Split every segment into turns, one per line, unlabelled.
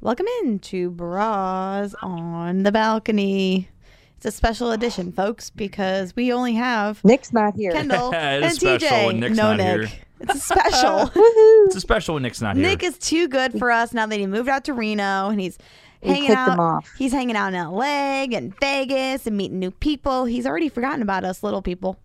Welcome in to Bras on the Balcony. It's a special edition, folks, because we only have
Nick's not here.
Kendall
It
and
is special
TJ.
when Nick's
no
not
Nick.
here.
It's a special.
Woohoo!
It's a special when Nick's not here.
Nick is too good for us now that he moved out to Reno and he's
We
hanging
kicked
out.
him off.
He's hanging out in LA and Vegas and meeting new people. He's already forgotten about us little people.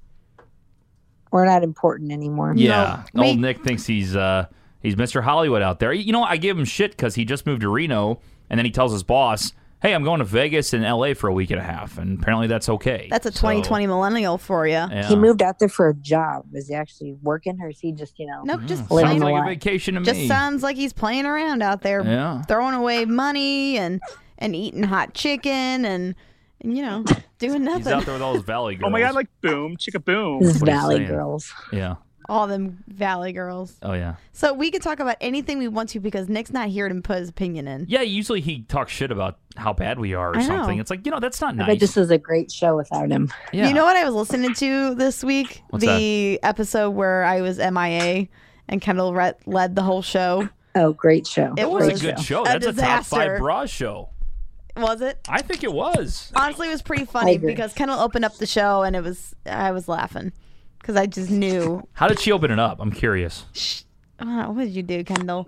We're not important anymore.
yeah,
no,
old
we-
Nick thinks he's uh he's Mr. Hollywood out there. You know, I give him shit because he just moved to Reno, and then he tells his boss, "Hey, I'm going to Vegas and L.A. for a week and a half," and apparently that's okay.
That's a
So,
2020 millennial for you.
yeah.
He moved out there for a job. Is he actually working or is he just, you know?
Nope, just
Living
playing
Mm-hmm. Sounds like
alive.
a vacation to
just
me.
sounds like he's playing around out there,
Yeah.
throwing away money and and eating hot chicken and, and you know doing
He's out
nothing.
there with all his valley girls.
Oh my god, like boom, chicka boom.
This is
what he's
Valley
saying.
Girls.
yeah.
All them valley girls.
Oh yeah.
So we could talk about anything we want to because Nick's not here to put his opinion in.
Yeah. Usually he talks shit about how bad we are or
I know.
something. It's like you know that's not
I bet
nice.
this is a great show without him.
yeah.
You know what I was listening to this week?
What's
the episode where I was MIA and Kendall re- led the whole show.
Oh, great show.
It
That was a
was
good show.
a
that's a top
disaster.
five bra show.
Was it?
I think it was.
Honestly, it was pretty funny
agree.
because Kendall opened up the show and it was I was laughing because I just knew
How did she open it up? I'm curious.
Uh, what did you do, Kendall?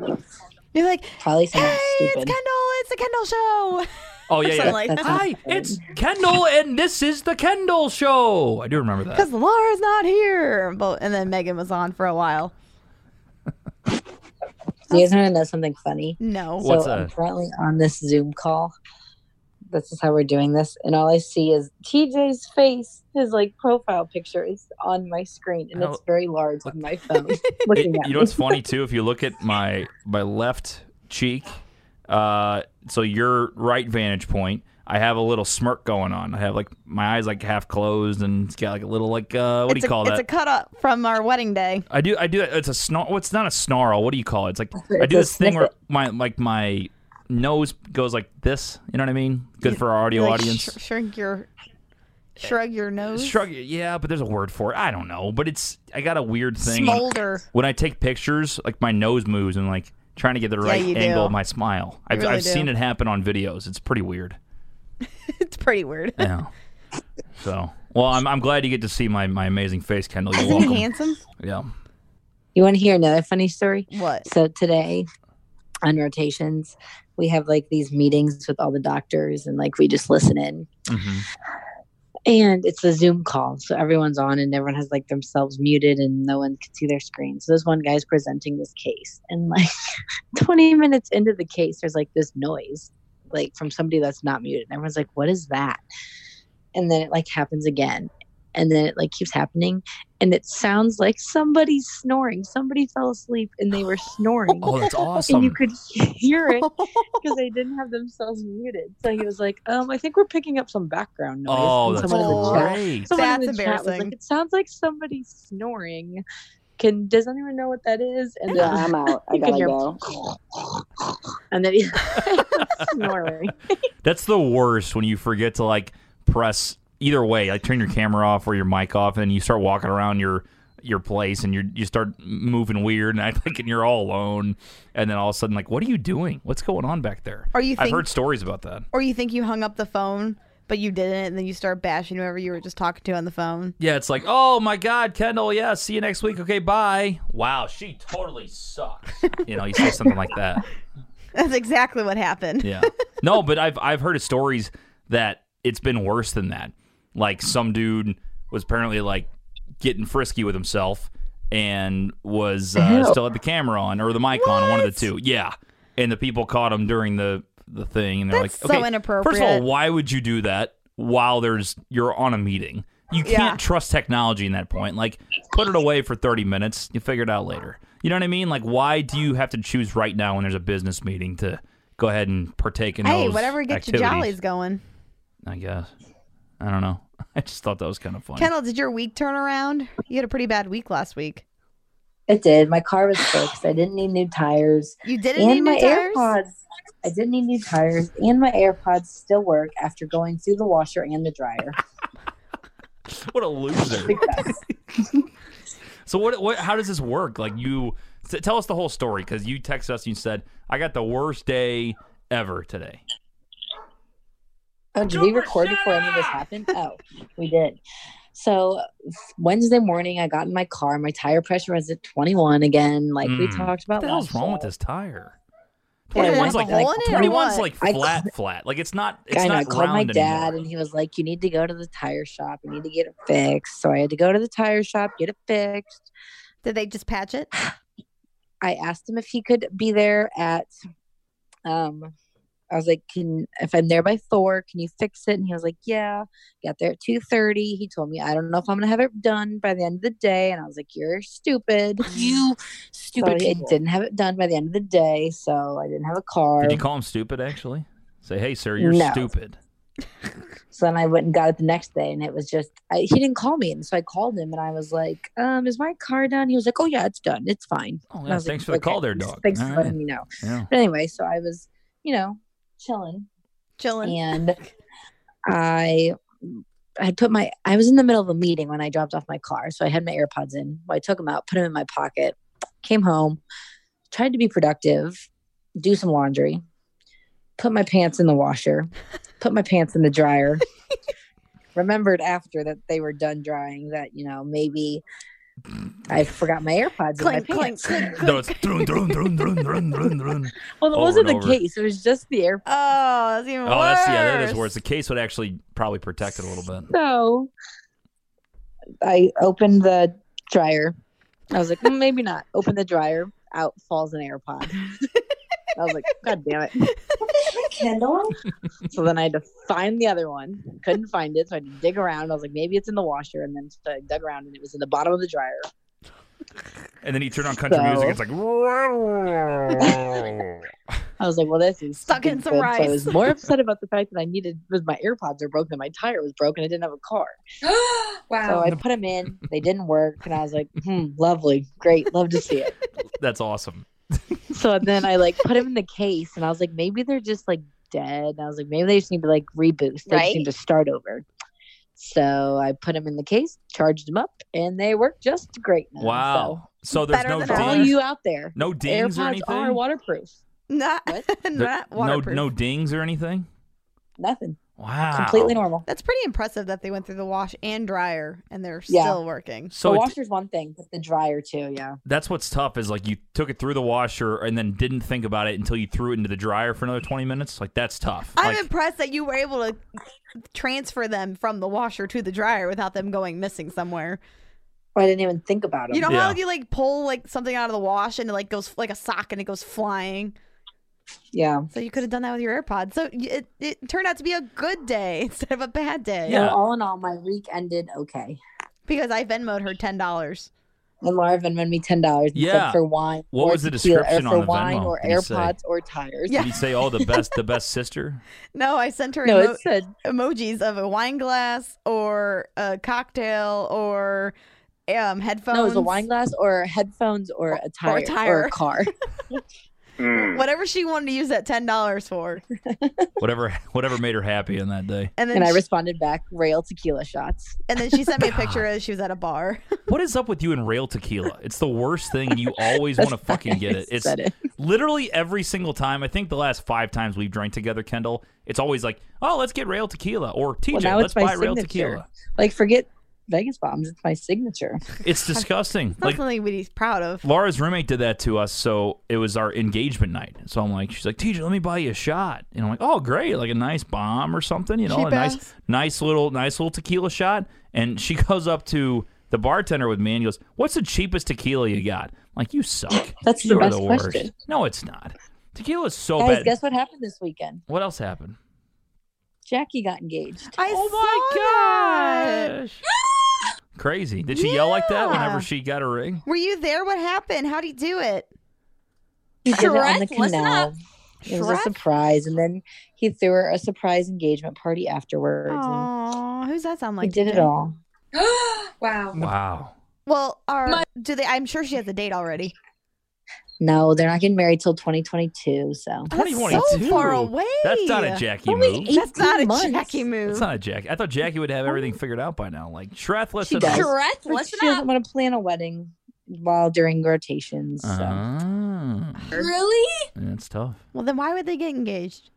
You're like,
Probably
hey,
something
it's
stupid.
Kendall. It's the Kendall show.
Oh yeah, yeah.
Something like that.
Hi, it's Kendall, and this is the Kendall Show. I do remember that.
Because Laura's not here. But, and then Megan was on for a while.
Do you guys want to know something funny?
No.
What's
so I'm
that?
currently on this Zoom call. This is how we're doing this. And all I see is TJ's face, his like profile picture is on my screen and
How-
it's very large on my phone. looking
It-
at
you know
me.
what's funny too? If you look at my my left cheek, uh, so your right vantage point, I have a little smirk going on. I have like my eyes like half closed, and it's got like a little like uh, what do
it's
you
a,
call
it's
that?
a cut up from our wedding day.
I do. I do. that. It's a snarl. Well, it's not a snarl. What do you call it? It's like
It's
I do
a
this thing where
sniffet.
my like my nose goes like this. You know what I mean? Good for our audio
Like,
audience.
sh- shrink your, shrug your nose.
Shrug. Yeah, but there's a word for it. I don't know. But it's I got a weird thing when,
Smolder.
when I take pictures. Like my nose moves and like trying to get the right
you
angle
do.
of my smile. I've,
really
I've
do.
seen it happen on videos. It's pretty weird.
It's pretty weird.
Yeah. so well, I'm, I'm glad you get to see my, my amazing face, Kendall. You're
Isn't he
welcome.
handsome?
Yeah.
You want to hear another funny story?
What?
So today on rotations, we have like these meetings with all the doctors and like we just listen in.
hmm
And it's a Zoom call. So everyone's on and everyone has like themselves muted and no one can see their screen. So this one guy's presenting this case and like 20 minutes into the case, there's like this noise like from somebody that's not muted. And everyone's like, what is that? And then it like happens again. And then it like keeps happening. And it sounds like somebody's snoring. Somebody fell asleep and they were snoring.
Oh, that's
and you
awesome.
could hear it because they didn't have themselves muted. So he was like, "Um, I think we're picking up some background noise."
Oh,
And
that's
someone in the chat-
great.
someone in
That's
the chat was
embarrassing.
like, it sounds like somebody's snoring. Can does anyone know what that is? And
Yeah,
then
I'm out. I
you can
gotta
hear-
go.
and then he's snoring.
That's the worst when you forget to like press either way, like turn your camera off or your mic off, and you start walking around your your place and you you start moving weird and I think and you're all alone, and then all of a sudden like, what are you doing? What's going on back there?
Or you
I've
think-
heard stories about that.
Or you think you hung up the phone, but you didn't, and then you start bashing whoever you were just talking to on the phone.
Yeah, it's like, oh my God, Kendall, yeah, see you next week. Okay, bye. Wow, she totally sucks. you know, you say something like that.
That's exactly what happened.
Yeah. No, but I've I've heard of stories that it's been worse than that. Like some dude was apparently like getting frisky with himself and was uh,
Ew.
still had the camera on or the mic on, one of the two. Yeah. And the people caught him during the the thing and they're
That's
like, okay,
so inappropriate.
First of all, why would you do that while there's you're on a meeting? You can't
Yeah.
trust technology in that point. Like, put it away for 30 minutes. You figure it out later. You know what I mean? Like, why do you have to choose right now when there's a business meeting to go ahead and partake in
hey,
those
whatever gets your
activities?
jollies going.
I guess. I don't know. I just thought that was kind of funny.
Kendall, did your week turn around? You had a pretty bad week last week.
It did. My car was fixed. I didn't need new tires,
You didn't need
and my
new tires.
AirPods. I didn't need new tires, and my AirPods still work after going through the washer and the dryer.
what a loser. so what, what how does this work? Like you t- tell us the whole story cuz you texted us and you said, "I got the worst day ever today.
Oh, did we record before any of this happened? Oh, we did. So Wednesday morning, I got in my car. My tire pressure was at 21 again, like we
Mm.
talked about.
What the hell's
last
wrong with
show.
this tire?
And I
Yeah,
went
21's like,
a
and I
hole in it or
called-
21's like
I
flat, flat. Like it's not, it's
I know.
not
I called my
round
dad,
anymore.
and he was like, "You need to go to the tire shop. You need to get it fixed." So I had to go to the tire shop, get it fixed.
Did they just patch it?
I asked him if he could be there at. Um, I was like, "Can if I'm there by four, can you fix it?" And he was like, "Yeah." Got there at two thirty. He told me, "I don't know if I'm gonna have it done by the end of the day," and I was like, "You're stupid."
You
So
stupid
I
people.
didn't have it done by the end of the day, so I didn't have a car.
Did you call him stupid? Actually, say, hey, sir, you're
um, No.
stupid.
So then I went and got it the next day, and it was just I, he didn't call me, and so I called him, and I was like, um, "Is my car done?" He was like, "Oh yeah, it's done. It's fine."
Oh,
And I
yeah,
was like,
thanks for the
"Okay,
call, there, dog.
Thanks
All
for
right.
letting me know.
Yeah.
But anyway, so I was, you know, chilling,
Chilling.
and I had put my I was in the middle of a meeting when I dropped off my car, so I had my AirPods in. I took them out, put them in my pocket, came home, tried to be productive, do some laundry, put my pants in the washer, put my pants in the dryer. Remembered after that they were done drying that you know maybe I forgot my AirPods
Clink,
in my
clink,
pants.
clink,
No,
clink.
it's drun, drun, drun, drun, drun, drun, drun.
Well, that
Over
wasn't
and
the
over.
case. It was just the AirPods.
Oh, that's even worse.
Oh, that's yeah, that is worse. The case would actually probably protect it a little bit.
So I opened the dryer. I was like, "Mm, maybe not. Open the dryer. Out falls an AirPod. I was like, God damn it. Kindle. So then I had to find the other one. Couldn't find it. So I had to dig around. I was like, maybe it's in the washer. And then so I dug around and it was in the bottom of the dryer.
And then you turn on country
So-
music. It's like,
I was like, well, this is
Stuck in
stupid
some
good. So I
rice.
was more upset about the fact that I needed, was my AirPods are broken. My tire was broken. I didn't have a car. So
wow.
I put them in. They didn't work, and I was like, "Hmm, lovely, great, love to see it."
that's awesome.
So then I like put them in the case, and I was like, maybe they're just like dead. And I was like, maybe they just need to like reboot. They just need to start over. So I put them in the case, charged them up, and they work just great. Now.
Wow. So there's
Better
no
than
So for all
Dings?
you out there,
no dings or
AirPods
anything.
are waterproof.
Not,
What?
not
There- no,
waterproof.
no dings or anything.
Nothing,
Wow.
completely normal.
That's pretty impressive that they went through the wash and dryer and they're
Yeah.
still working.
So
So
the
it's-
washer's one thing, but the dryer too. Yeah,
that's what's tough is like you took it through the washer and then didn't think about it until you threw it into the dryer for another 20 minutes. Like that's tough.
I'm
Like,
impressed that you were able to transfer them from the washer to the dryer without them going missing somewhere.
I didn't even think about them.
You know how
Yeah.
you like pull like something out of the wash and it like goes like a sock and it goes flying.
yeah.
So you could have done that with your AirPods. So y- it, it turned out to be a good day instead of a bad day.
Yeah.
So all in all, my week ended okay.
Because I Venmoed her ten dollars.
And Laura Venmoed me ten dollars.
Yeah.
for wine.
What
or
was the
tequila,
description
or for
on the
wine
Venmo?
or
Did it say?
AirPods or tires?
Yeah.
did you say, oh, the best, the best sister?
No, I sent her
No,
emo-
it said
emojis of a wine glass or a cocktail or um headphones.
no. It was a wine glass or headphones or a tire or a,
tire.
car.
Hmm.
Mm.
Whatever she wanted to use that ten dollars for.
Whatever, whatever made her happy in that day.
And then
and I
she-
responded back, rail tequila shots.
And then she sent me a picture as she was at a bar.
What is up with you and rail tequila? It's the worst thing. and You always want to fucking get it. It's
Said it.
literally every single time. I think the last five times we've drank together, Kendall, it's always like, oh, let's get rail tequila or TJ,
now
let's
it's my
buy rail
signature.
tequila.
like forget Vegas bombs. It's my signature.
It's disgusting.
It's not
like
something we'd be proud of.
Laura's roommate did that to us, so it was our engagement night. So I'm like, she's like, TJ, let me buy you a shot. And I'm like, oh, great, like a nice bomb or something, you know,
Cheap
a nice,
ass.
nice little, nice little tequila shot. And she goes up to the bartender with me and goes, "What's the cheapest tequila you got?" I'm like, you suck.
That's the
you
best question.
No, it's not. Tequila's so
Guys,
bad.
guess what happened this weekend?
what else happened?
Jackie got engaged.
I saw that.
Oh Crazy. Did she yell like that
Yeah.
whenever she got a ring?
Were you there? What happened? How'd he do it?
He did it on the
Shrek, listen
canal. It was a
Shrek?
surprise, and then he threw her a surprise engagement party afterwards. and
Aw, who's that sound
he
like?
did it
DJ?
all.
wow.
Wow.
Well, our
My-
do they? I'm sure she has a date already.
No, they're not getting married till 2022. So
That's
2022.
so far away.
That's not a Jackie
Only
move.
eight-
That's not a
18 months.
Jackie move.
That's not a Jackie. I thought Jackie would have everything figured out by now. Like Shreth, let's
Oh. She does.
Shrek,
Like, she
listen
doesn't
up.
want to plan a wedding while during rotations. So.
Oh.
Uh-huh.
Really?
That's tough.
Well, then why would they get engaged?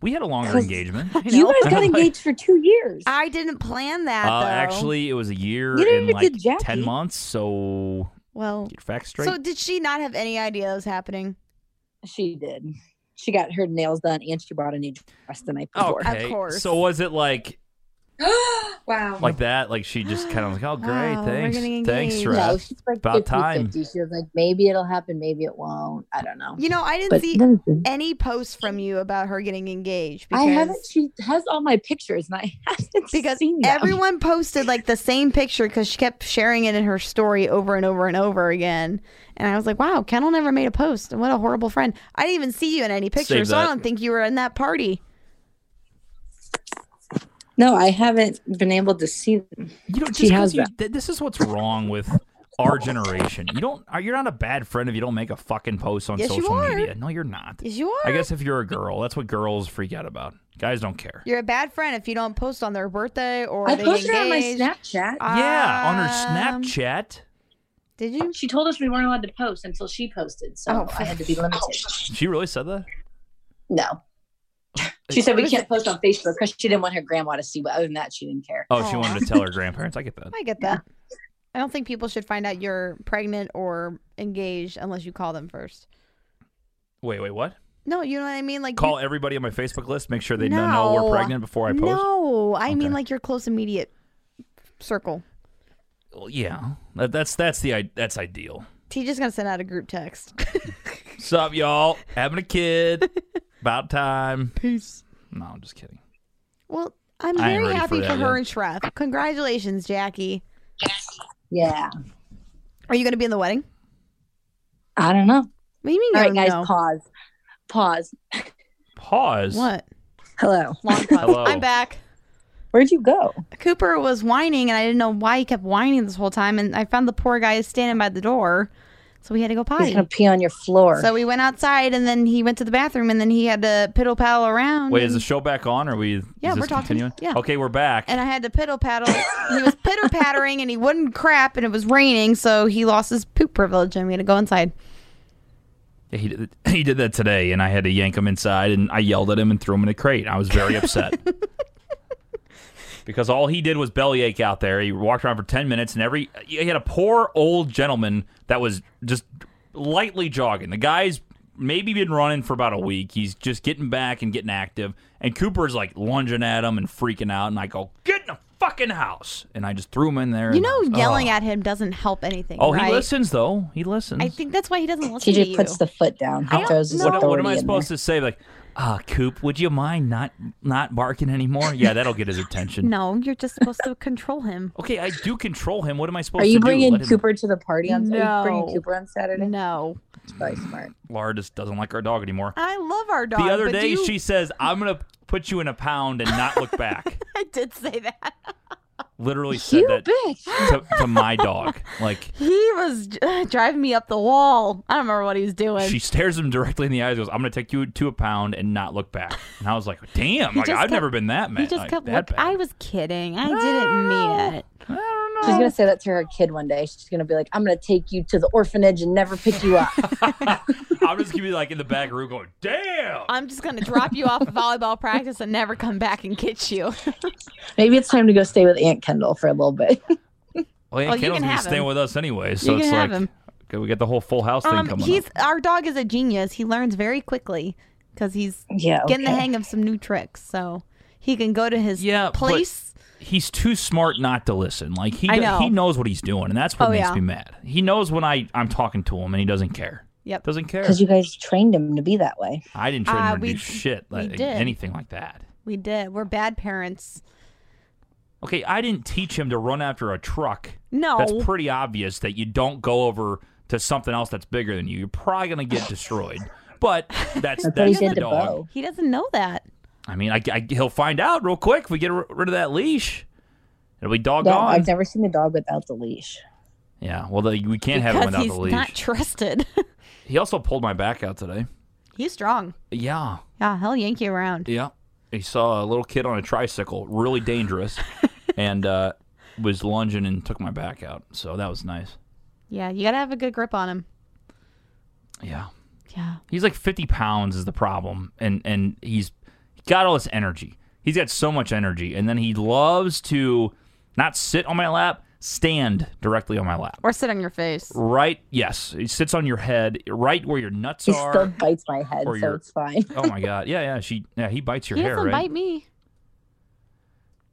We had a longer
'Cause-
engagement.
I
You
know.
guys got engaged for two years.
I didn't plan that.
Uh,
though.
actually, it was a year
You didn't
and
even
like
get Jackie.
ten months. So
well,
get your facts straight.
so did she not have any idea that was happening?
She did. She got her nails done and she bought a new dress the night before.
Of
okay.
course.
So was it like
wow.
like that? Like she just kind of was like, oh great,
Wow, we're
thanks,
getting
thanks,
engaged.
No,
Raph.
she's like
About
50,
time.
50. She was like, maybe it'll happen, maybe it won't. I don't know.
You know, I didn't
But
see
then-
any posts from you about her getting engaged.
I
Because
haven't. She has all my pictures, and I haven't
because
seen them.
everyone posted like the same picture because she kept sharing it in her story over and over and over again. And I was like, wow, Kendall never made a post. What a horrible friend. I didn't even see you in any picture,
Save
so I
that.
don't think you were in that party.
No, I haven't been able to see them.
You know, just
She
'cause
has
you, th- this is what's wrong with our generation. You don't. are- You're not a bad friend if you don't make a fucking post on
Yes, you
social
are.
media. No, you're not.
Yes, you are.
I guess if you're a girl, that's what girls freak out about. Guys don't care.
You're a bad friend if you don't post on their birthday or
I
they
posted
engaged.
on my Snapchat.
yeah, on her
Um,
Snapchat,
Did you?
She told us we weren't allowed to post until she posted, so
Oh.
I had to be limited.
she really said that.
No. She said we can't post on Facebook because she didn't want her grandma to see. But other than that, she didn't care.
Oh, she
Aw.
wanted to tell her grandparents. I get that.
I get that. I don't think people should find out you're pregnant or engaged unless you call them first.
Wait, wait, what?
No, you know what I mean? Like
Call everybody on my Facebook list. Make sure they don't know we're
No.
pregnant before I post.
No, I
Okay.
mean like your close immediate circle.
Well, yeah, that, that's that's the i- that's ideal.
T just gonna send out a group text.
Sup, y'all? Having a kid. About time.
Peace.
No, I'm just kidding.
Well, I'm
I ain't
very
ready for
happy for,
that
her
yet.
and Shref. Congratulations, Jackie.
Yeah,
Are you gonna be in the wedding?
I don't know.
What do you mean?
All
you don't
right, guys,
know?
pause. Pause.
Pause.
What?
Hello.
Long pause.
Hello.
I'm back.
Where'd you go?
Cooper was whining, and I didn't know why he kept whining this whole time. And I found the poor guy standing by the door, so we had to go
He's
potty.
gonna pee on your floor.
So we went outside, and then he went to the bathroom, and then he had to piddle paddle around.
Wait, is
and-
the show back on? Or are we?
Yeah,
is
we're
this
talking.
Continuing?
Yeah.
Okay, we're back.
and I had to piddle paddle. he was pitter pattering and he wouldn't crap, and it was raining, so he lost his poop privilege, and we had to go inside.
Yeah, he did. He did that today, and I had to yank him inside, and I yelled at him and threw him in a crate. I was very upset because all he did was bellyache out there. He walked around for ten minutes, and every he had a poor old gentleman that was just lightly jogging. The guy's maybe been running for about a week. He's just getting back and getting active, and Cooper's like lunging at him and freaking out. And I go, "Get in the fucking house!" And I just threw him in there.
You
and I
know,
was-
yelling
oh.
at him doesn't help anything.
Oh,
right?
he listens though. He listens.
I think that's why he doesn't listen to
TJ
you.
puts the foot down. He throws his
What,
authority
what am I
in
supposed to say? Like, ah, Coop, would you mind not not barking anymore? Yeah, that'll get his attention.
no, you're just supposed to control him.
Okay, I do control him. What am I
There.
supposed
Are
to
you
do?
bringing
Let him-
Cooper to the party on? Are you
No.
bringing Cooper on Saturday?
No,
Probably smart.
Laura just doesn't like our dog anymore.
I love our dog.
the other
but do
day,
you-
she says, "I'm gonna put you in a pound and not look back."
I did say that.
Literally said
You
that
bitch.
to, to my dog. Like,
He was driving me up the wall. I don't remember what he was doing.
she stares him directly in the eyes. and Goes, "I'm gonna take you to a pound and not look back." And I was like, "Damn,
He
like, I've
just kept-
never been that mad."
he just
like,
kept
that
looking.
bad. Ah.
I was kidding. I didn't mean it.
I don't know.
She's gonna say that to her kid one day. She's gonna be like, "I'm gonna take you to the orphanage and never pick you up."
I'm just gonna be like in the back room going, "Damn."
I'm just gonna drop you off at volleyball practice and never come back and get you.
Maybe it's time to go stay with Aunt Kendall for a little bit.
Well, yeah,
Well, Oh, you
Kendall's
can
gonna be
have him.
staying with us anyway, so
can
it's
have
like
him.
okay, we got the whole full house thing
Um,
coming
he's
up.
our dog is a genius. He learns very quickly because he's
yeah.
getting the
okay.
hang of some new tricks. So he can go to his
Yeah, but-
place.
He's too smart not to listen. Like he
I
do-
know.
he knows what he's doing, and that's what
Oh,
makes
yeah.
me mad. He knows when I I'm talking to him, and he doesn't care.
Yep.
doesn't care.
Because you guys trained him to be that way.
I didn't train
Uh,
him to
we-
do shit,
we
like,
did.
anything like that.
We did. We're bad parents.
Okay, I didn't teach him to run after a truck.
No.
That's pretty obvious that you don't go over to something else that's bigger than you. You're probably gonna get destroyed. But
That's what
that's
he
that's
did
the
to
dog.
Bo.
he doesn't know that.
I mean, I, I- he'll find out real quick if we get r- rid of that leash. It'll be doggone.
No, I've never seen a dog without the leash.
Yeah, well, the, we can't have him
Because
without
he's
the leash.
not trusted.
he also pulled my back out today.
he's strong.
Yeah,
Yeah, he'll yank you around.
yeah. He saw a little kid on a tricycle, really dangerous, and uh, was lunging and took my back out. So that was nice.
Yeah, you gotta have a good grip on him.
Yeah.
Yeah.
He's like 50 pounds is the problem, and and he's got all this energy. He's got so much energy, and then he loves to not sit on my lap, stand directly on my lap.
Or sit on your face.
Right? Yes, he sits on your head, right where your nuts
He
are.
still bites my head,
Or
so
your-
it's fine.
oh my god! Yeah, yeah. She, yeah. He bites your
he
hair,
doesn't
right?
bite me.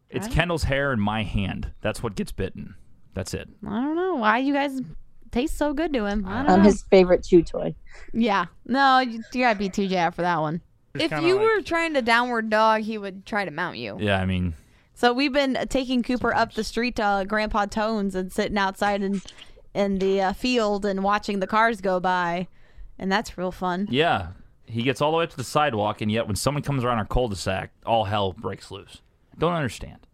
It's Kendall's hair and my hand. That's what gets bitten. That's it.
I don't know why you guys taste so good to him. I don't
I'm
know.
his favorite chew toy.
yeah. No, you, you gotta be too jab for that one.
It's
if
kinda
you
like-
were trying to downward dog, he would try to mount you.
Yeah, I mean,
So we've been uh, taking Cooper up the street to uh, Grandpa Tones and sitting outside in in the uh, field and watching the cars go by, and that's real fun.
yeah. He gets all the way up to the sidewalk, and yet when someone comes around our cul-de-sac, all hell breaks loose. Don't understand.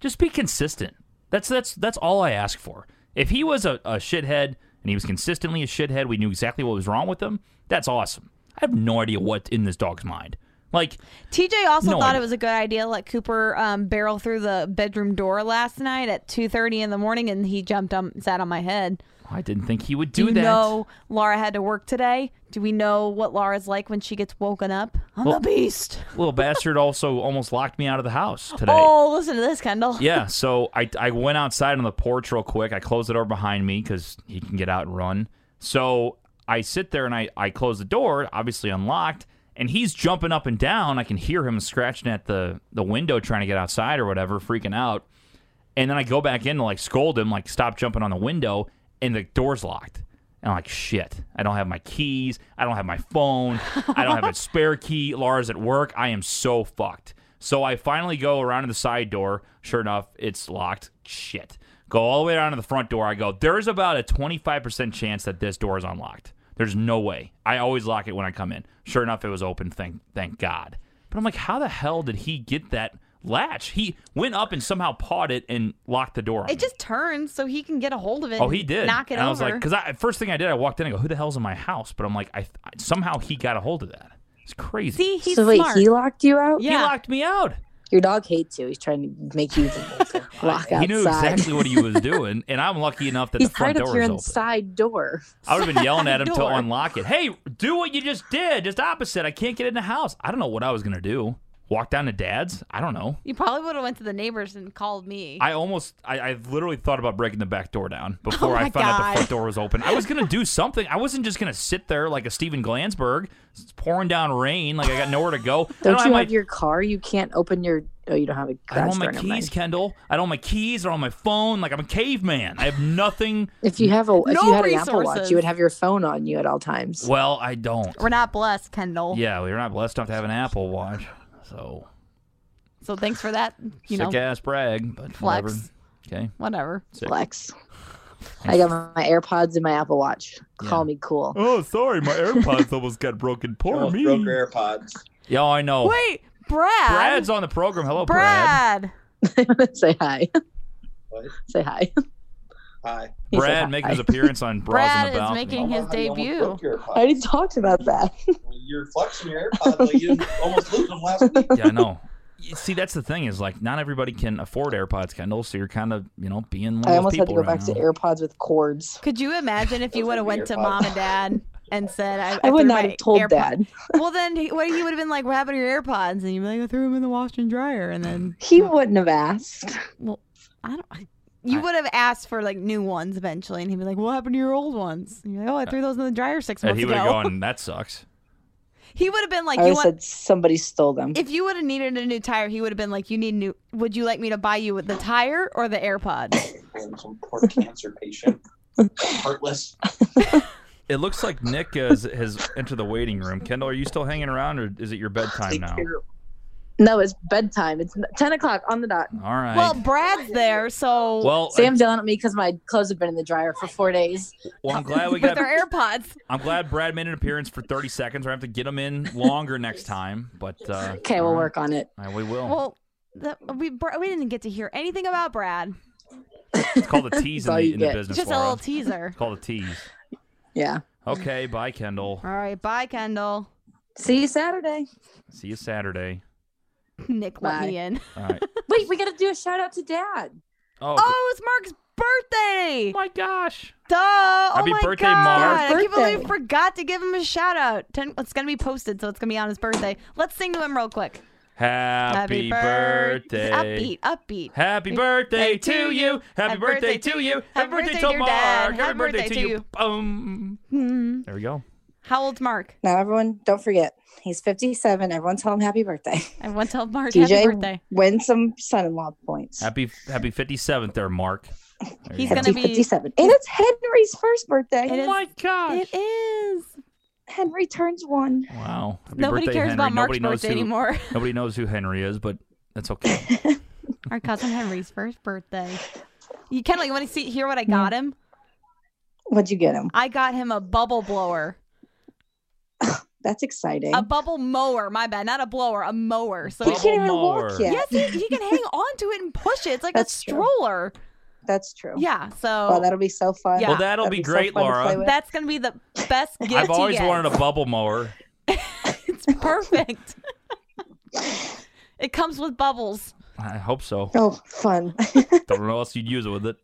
Just be consistent. That's that's that's all I ask for. If he was a, a shithead and he was consistently a shithead, we knew exactly what was wrong with him. That's awesome. I have no idea what's in this dog's mind. Like,
TJ also
No
thought
idea.
it was a good idea to let Cooper um, barrel through the bedroom door last night at two thirty in the morning, and he jumped on sat on my head.
I didn't think he would
Do
do,
you
that.
know Laura had to work today? Do we know what Laura's like when she gets woken up? I'm
Well-
a beast.
Little bastard also almost locked me out of the house today.
Oh, listen to this, Kendall.
yeah, so I, I went outside on the porch real quick. I closed the door behind me because he can get out and run. So I sit there and I, I close the door, obviously unlocked, and he's jumping up and down. I can hear him scratching at the, the window trying to get outside or whatever, freaking out. And then I go back in to like scold him, like stop jumping on the window, and the door's locked. And I'm like, shit, I don't have my keys. I don't have my phone. I don't have a spare key. Laura's at work. I am so fucked. So I finally go around to the side door. Sure enough, it's locked. Shit. Go all the way down to the front door. I go, there's about a 25% chance that this door is unlocked. There's no way. I always lock it when I come in. Sure enough, it was open. Thank, thank God. But I'm like, how the hell did he get that latch? He went up and somehow pawed it and locked the door. on me.
It just turns so he can get a hold of it.
Oh,
and
he did.
Knock it
and
over.
I was like, because I first thing I did, I walked in and go, "Who the hell's in my house?" But I'm like, I, I somehow he got a hold of that. It's crazy.
See, he's
so wait,
smart.
he locked you out?
yeah.
He locked me out.
Your dog hates you. He's trying to make you lock outside.
He knew exactly what he was doing, and I'm lucky enough that
He's
the front
tired of
door is
your
open.
inside door.
I would have been yelling at him to
Door.
unlock it. Hey, do what you just did. Just opposite. I can't get in the house. I don't know what I was gonna do. Walk down to dad's. I don't know.
you probably would have went to the neighbors and called me.
I almost, I, I literally thought about breaking the back door down
Oh
before I
my
found out the
God.
front door was open. I was gonna do something. I wasn't just gonna sit there like a Steven Glansberg, it's pouring down rain, like I got nowhere to go. I
Don't
don't
you have
my,
your car? You can't open your. Oh, you don't have a
I don't
garage
have my
door. never mind.
keys, Kendall. I don't have my keys. I don't have my phone. Like I'm a caveman. I have nothing.
If you have a, if
No
you had an Apple Watch,
resources.
you would have your phone on you at all times.
Well, I don't.
We're not blessed, Kendall.
Yeah, we're not blessed enough to have an Apple Watch. So
So thanks for that. You
sick
know,
ass brag, but
Flex.
whatever. Okay.
whatever.
Sick.
Flex. I got my, my AirPods and my Apple Watch. Call me cool.
Oh, sorry, my AirPods almost got broken. Poor
Almost broke your AirPods.
Yeah, I know.
Wait, Brad.
Oh. Brad's on the program. Hello,
Brad.
Say hi.
What?
Say hi.
Hi.
He said
Brad
hi.
making his appearance on Bras
Brad
and the
is
Balcony.
making his
How you almost
debut.
broke your AirPods?
I already talked about that.
Well, You're flexing your AirPods like you didn't almost lose them last week.
yeah, I know. You- See, that's the thing is like not everybody can afford AirPods, Kendall. So you're kind of you know being one
I
of those
almost had to
people
go
right
back to
now.
AirPods with cords.
Could you imagine if you
Those
would
are
have went to
AirPods.
mom and dad and said, "I,
I would
threw
not
my
have told
AirPod-
Dad.
Well, then he, what he would have been like, "What happened to your AirPods?" And you'd be like, "I threw them in the wash and dryer." And then
He wouldn't have asked.
I don't. You would have asked for like new ones eventually, and he'd be like, "What happened to your old ones?" And you're like, "Oh, I threw those in the dryer six
Uh, And
months
he would have
ago."
gone. That sucks.
He would have been like,
I
"You
would
want?"
said somebody stole them.
if you would have needed a new tire, he would have been like, "You need new. Would you like me to buy you the tire or the AirPods?"
And some poor cancer patient. Heartless.
It looks like Nick has, has entered the waiting room. Kendall, are you still hanging around, or is it your bedtime
Take
now?
care. No, it's bedtime. It's n- ten o'clock on the dot.
All right.
Well, Brad's there, so
Well,
Sam's yelling at me because my clothes have been in the dryer for four days.
well, I'm glad we
with
got.
their AirPods.
I'm glad Brad made an appearance for 30 seconds. We're gonna have to get him in longer next time, but uh,
Okay,
all
we'll
right.
work on it.
All right, we will.
Well, the, we Br- we didn't get to hear anything about Brad.
it's called a tease
That's
in
all
the,
you
in the
get.
business
Just a
world.
little teaser.
It's called a tease.
Yeah.
Okay, bye, Kendall.
All right, bye, Kendall.
See you Saturday.
See you Saturday.
Nick let
Bye.
me in.
All right.
Wait, we got to do a shout out to Dad.
Oh,
Oh, it's Mark's birthday!
my gosh.
Duh!
Happy
oh my
birthday,
God.
Marv.
I can't believe we
Birthday.
forgot to give him a shout out. Ten, it's gonna be posted, so it's gonna be on his birthday. Let's sing to him real quick.
Happy,
birth-
birthday.
Upbeat, upbeat.
Happy birthday to you. Happy birthday to you. Happy birthday to
your
Mark.
dad.
Happy birthday to you. Um. There we go.
Hmm. How old's Mark?
Now, everyone, don't forget, he's 57. Everyone tell him happy birthday.
I want to tell Mark happy
DJ,
birthday.
win some son in law points.
Happy happy 57th there, Mark. There
He's
you go.
gonna
Happy
be-
57. And it's Henry's first birthday.
It
Oh
is-
my gosh.
It is.
Henry turns one.
Wow. Happy
Nobody
birthday,
cares
Henry.
about Mark's
Nobody knows
birthday
who,
anymore.
Nobody knows who Henry is, but that's okay.
Our cousin Henry's first birthday. You Kendall, you want to see hear what I got him?
What'd you get him?
I got him a bubble blower,
That's exciting.
a bubble mower. My bad, not a blower, a mower. So
he
Bubble
can't even
mower.
walk yet.
yes, he, he can hang on to it and push it. It's like
That's
a
true.
stroller.
That's true.
Yeah.
Oh,
So
that'll be so fun.
Yeah.
Well, that'll
That'd
be
so
great,
fun to
Laura.
play with.
that's gonna be the best gift.
I've
he
always
gets.
wanted a bubble mower.
It's perfect. it comes with bubbles.
I hope so.
Oh, fun.
Don't know what else you'd use it with it.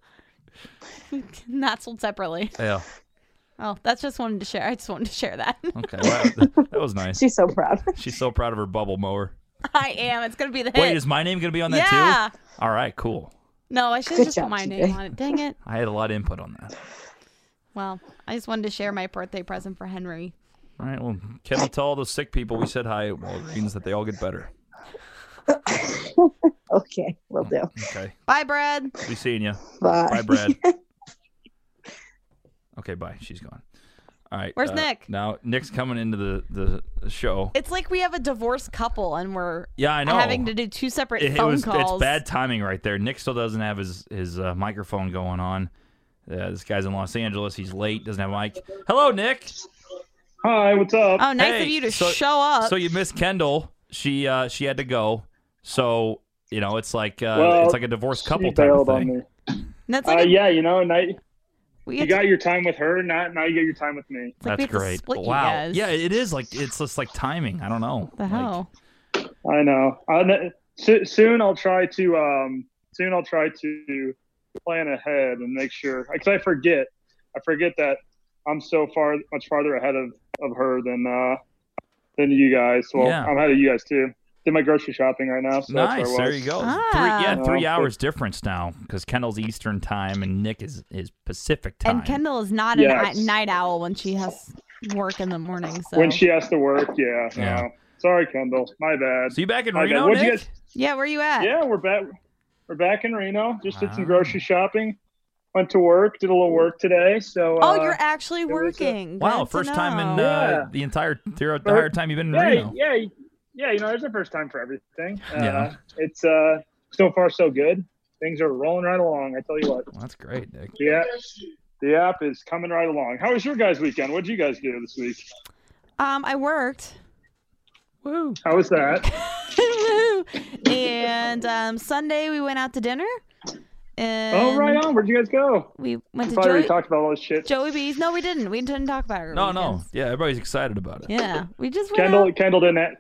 Not sold separately.
Yeah.
Oh, that's just wanted to share. I just wanted to share that.
Okay. Wow. that was nice.
She's so proud.
She's so proud of her bubble mower.
I am. It's gonna be the hit.
Wait, is my name going to be on that
yeah.
too? All right, cool.
No, I should
Good
just put
job,
my
TJ.
name on it. Dang it.
I had a lot of input on that.
Well, I just wanted to share my birthday present for Henry.
All right, well, Kendall, tell all those sick people we said hi at Walgreens that they all get better.
Okay, we'll do.
Okay.
Bye, Brad.
Be seeing you. Bye,
Bye.
Brad. okay, bye. She's gone. All right. uh,
Where's Nick?
Now Nick's coming into the the show.
It's like we have a divorced couple and we're
yeah, I know.
having to do two separate
it, it
phone
was
calls.
it's bad timing right there. Nick still doesn't have his his uh, microphone going on. Uh, this guy's in Los Angeles. He's late. Doesn't have a mic. Hello, Nick.
Hi, what's up?
Oh, nice
Hey,
of you to
so-
show up.
So you missed Kendall. She uh she had to go. So you know it's like uh,
Well,
it's like a divorced couple
you
type of
bailed on
thing.
me.
And that's
Uh,
like a-
yeah, you know, now you,
we
you
had-
got your time with her. Now, now you get your time with me.
it's like we
That's
had to
great.
split you
wow.
guys.
Yeah, it is like it's just like timing. I don't know.
the
Like,
hell?
I know. I, kn- so, soon I'll try to. Um, soon I'll try to plan ahead and make sure because I forget. I forget that I'm so far, much farther ahead of, of her than uh, than you guys. Well,
Yeah.
I'm ahead of you guys too. Did my grocery shopping right now. So
nice.
That's where I
There
was.
you go.
Ah.
Three, yeah,
No,
three
but-
hours difference now because Kendall's Eastern time and Nick is is Pacific time.
And Kendall is not
Yes.
a night owl when she has work in the morning. So
When she has to work, yeah.
Yeah.
No. Sorry, Kendall. My bad.
so you back in
My bad.
Reno,
What'd
Nick?
you guys?
yeah, where you at?
Yeah, we're back. We're back in Reno. Just did some
Wow.
grocery shopping. Went to work. Did a little work today. So.
Oh,
uh,
you're actually
was a-
working.
Wow,
Good to
first time in
know.
uh,
Yeah.
the entire the entire time you've been in
yeah,
Reno.
yeah, yeah. You know, there's a first time for everything. Uh,
Yeah.
It's uh, so far so good. Things are rolling right along. I tell you what.
Well, that's great, Nick.
The app, the app is coming right along. How was your guys' weekend? What did you guys do this week?
Um, I worked. Woo.
How was that?
Woo. And um, Sunday we went out to dinner. And
oh, right on. Where'd you guys go?
We went
We
to
probably already
Joey,
talked about all this shit.
Joey B's. No, we didn't. We didn't talk about her.
No, no, yeah, everybody's excited about it.
Yeah, we just went
Kendall,
out.
Kendall didn't. a-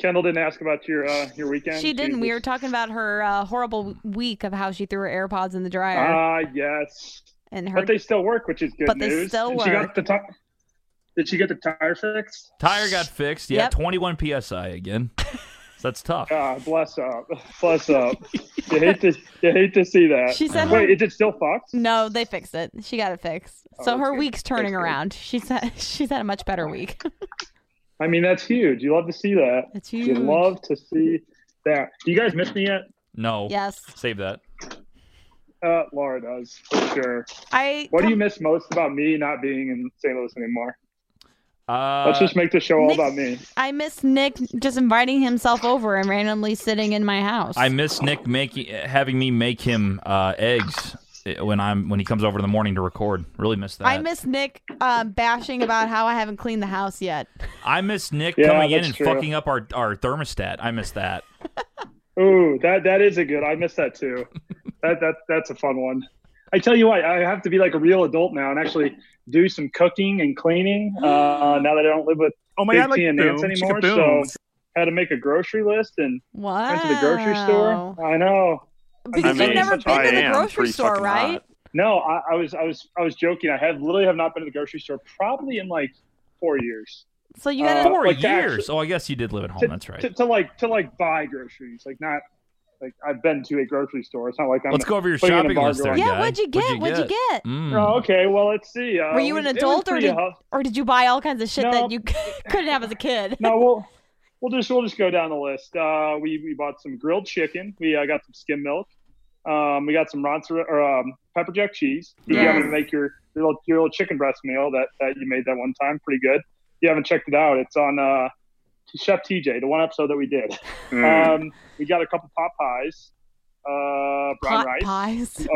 Kendall didn't ask about your uh, your weekend.
She didn't. We
Jesus.
were talking about her uh, horrible w- week of how she threw her AirPods in the dryer
Ah, yes.
and her.
But they still work, which is good
But they
news.
still
And She
work.
got the ti- Did she get the tire fixed?
Tire got fixed. Yeah,
Yep.
21 psi again. So that's tough.
God Ah, bless up, bless up. you hate to you hate to see that.
She said her-
"Wait, is it still fucked?"
no, they fixed it. She got it fixed.
Oh,
So
that's
her
good.
week's turning
That's good.
around. She's had, she's had a much better week.
I mean, that's huge. You love to see that.
It's
You
huge.
love to see that. Do you guys miss me yet?
No.
Yes,
Save that.
Uh, Laura does for sure.
I.
What do
come-
you miss most about me not being in St. Louis anymore?
Uh,
Let's just make the show all
Nick's-
about me.
I miss Nick just inviting himself over and randomly sitting in my house.
Uh, I miss Nick making having me make him uh, eggs eh, when I'm when he comes over in the morning to record. Really miss that.
I miss Nick uh, bashing about how I haven't cleaned the house yet.
I miss Nick
Yeah,
coming in
that's
and
true.
fucking up our, our thermostat. I miss that.
Ooh, that that is a good. I missed that too. that that that's a fun one. I tell you what, I have to be like a real adult now and actually do some cooking and cleaning. Uh, now that I don't live with
Oh my
Big
god, like
T and Nance
boom,
anymore,
boom.
so had to make a grocery list and
Wow.
went to the grocery store. I know.
Because
I
you've
mean,
never been
I
to the
am
grocery
pretty
store,
fucking
right?
hot.
No, I, I was I was I was joking. I have literally have not been to the grocery store probably in like four years.
So you gotta.
Uh,
Four
like to
years. oh, I guess you did live at home. That's right.
To, to like to like buy groceries, like not like I've been to a grocery store. It's not like I'm.
Let's go over your
putting an
shopping list
embargo
there,
on-
yeah,
guy.
what'd you get? What'd you get?
Mm.
Oh, okay. Well, let's see. Uh,
Were you an
it was
adult or
pretty
did-
hel-
Or did you buy all kinds of shit
No.
that you couldn't have as a kid?
no, we'll we'll just we'll just go down the list. Uh, we we bought some grilled chicken. We uh, got some skim milk. Um, we got some mozzarella or um, pepper jack cheese. You
Yes.
haven't make your your little, your little chicken breast meal that, that you made that one time. Pretty good. If you haven't checked it out, it's on uh, Chef TJ, the one episode that we did. Um, we got a couple pot pies, uh, brown
Pot
rice.
pies.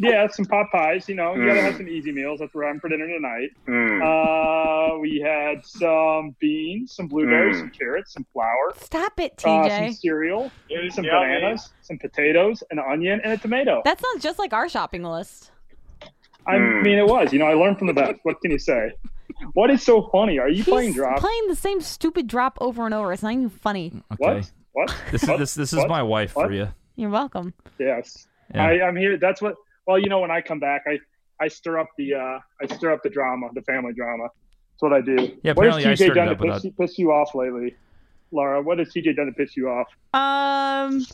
Yeah, some pot pies. You know, you gotta have some easy meals. That's what I'm for dinner tonight. Uh, we had some beans, some blueberries, some carrots, some flour,
Stop it,
uh,
TJ.
some cereal, some
Yeah,
bananas, some potatoes, an onion, and a tomato.
that sounds just like our shopping list.
I mean, it was. You know, I learned from the best. What can you say? What is so funny? Are you
He's
playing drop?
playing the same stupid drop over and over. It's not even funny.
Okay.
What? What?
This is
What?
this this is
What?
my wife
What?
for you.
You're welcome.
Yes.
Yeah.
I, I'm here. That's what. Well, you know, when I come back, I I stir up the uh I stir up the drama, the family drama. That's what I do.
Yeah,
what has
apparently I
TJ
stirred it
done to
up without-
piss, you piss you off lately, Laura? What has TJ done to piss you off?
Um,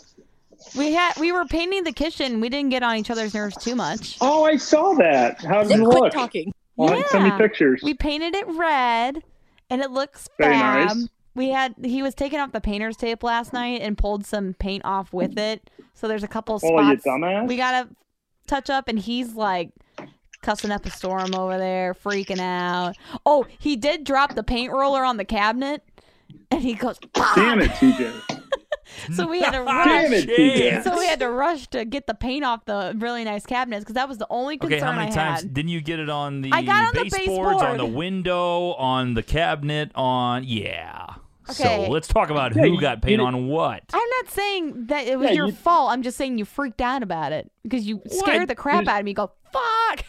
we had we were painting the kitchen. We didn't get on each other's nerves too much.
Oh, I saw that. How did you
quit
look?
talking.
Why don't you Send me
Yeah.
pictures.
We painted it red, and it looks
Very
fab.
nice.
We had he was taking off the painter's tape last night and pulled some paint off with it. So there's a couple
Oh, you
spots
dumbass.
we gotta touch up, and he's like cussing up a storm over there, freaking out. Oh, he did drop the paint roller on the cabinet, and he goes,
Damn
"Pop!"
it, TJ.
So we had to rush.
Damn it, TJ.
So we had to rush to get the paint off the really nice cabinets because that was the only concern
Okay, how many
I
times
had.
didn't you get it on the
I got on the
baseboards, on
baseboard.
the window, on the cabinet, on yeah.
Okay.
So let's talk about
Yeah,
who
you-
got
you
paint
did-
on what.
I'm not saying that it was
Yeah,
your
you-
fault. I'm just saying you freaked out about it because you scared the crap
You-
out of me. You go, fuck.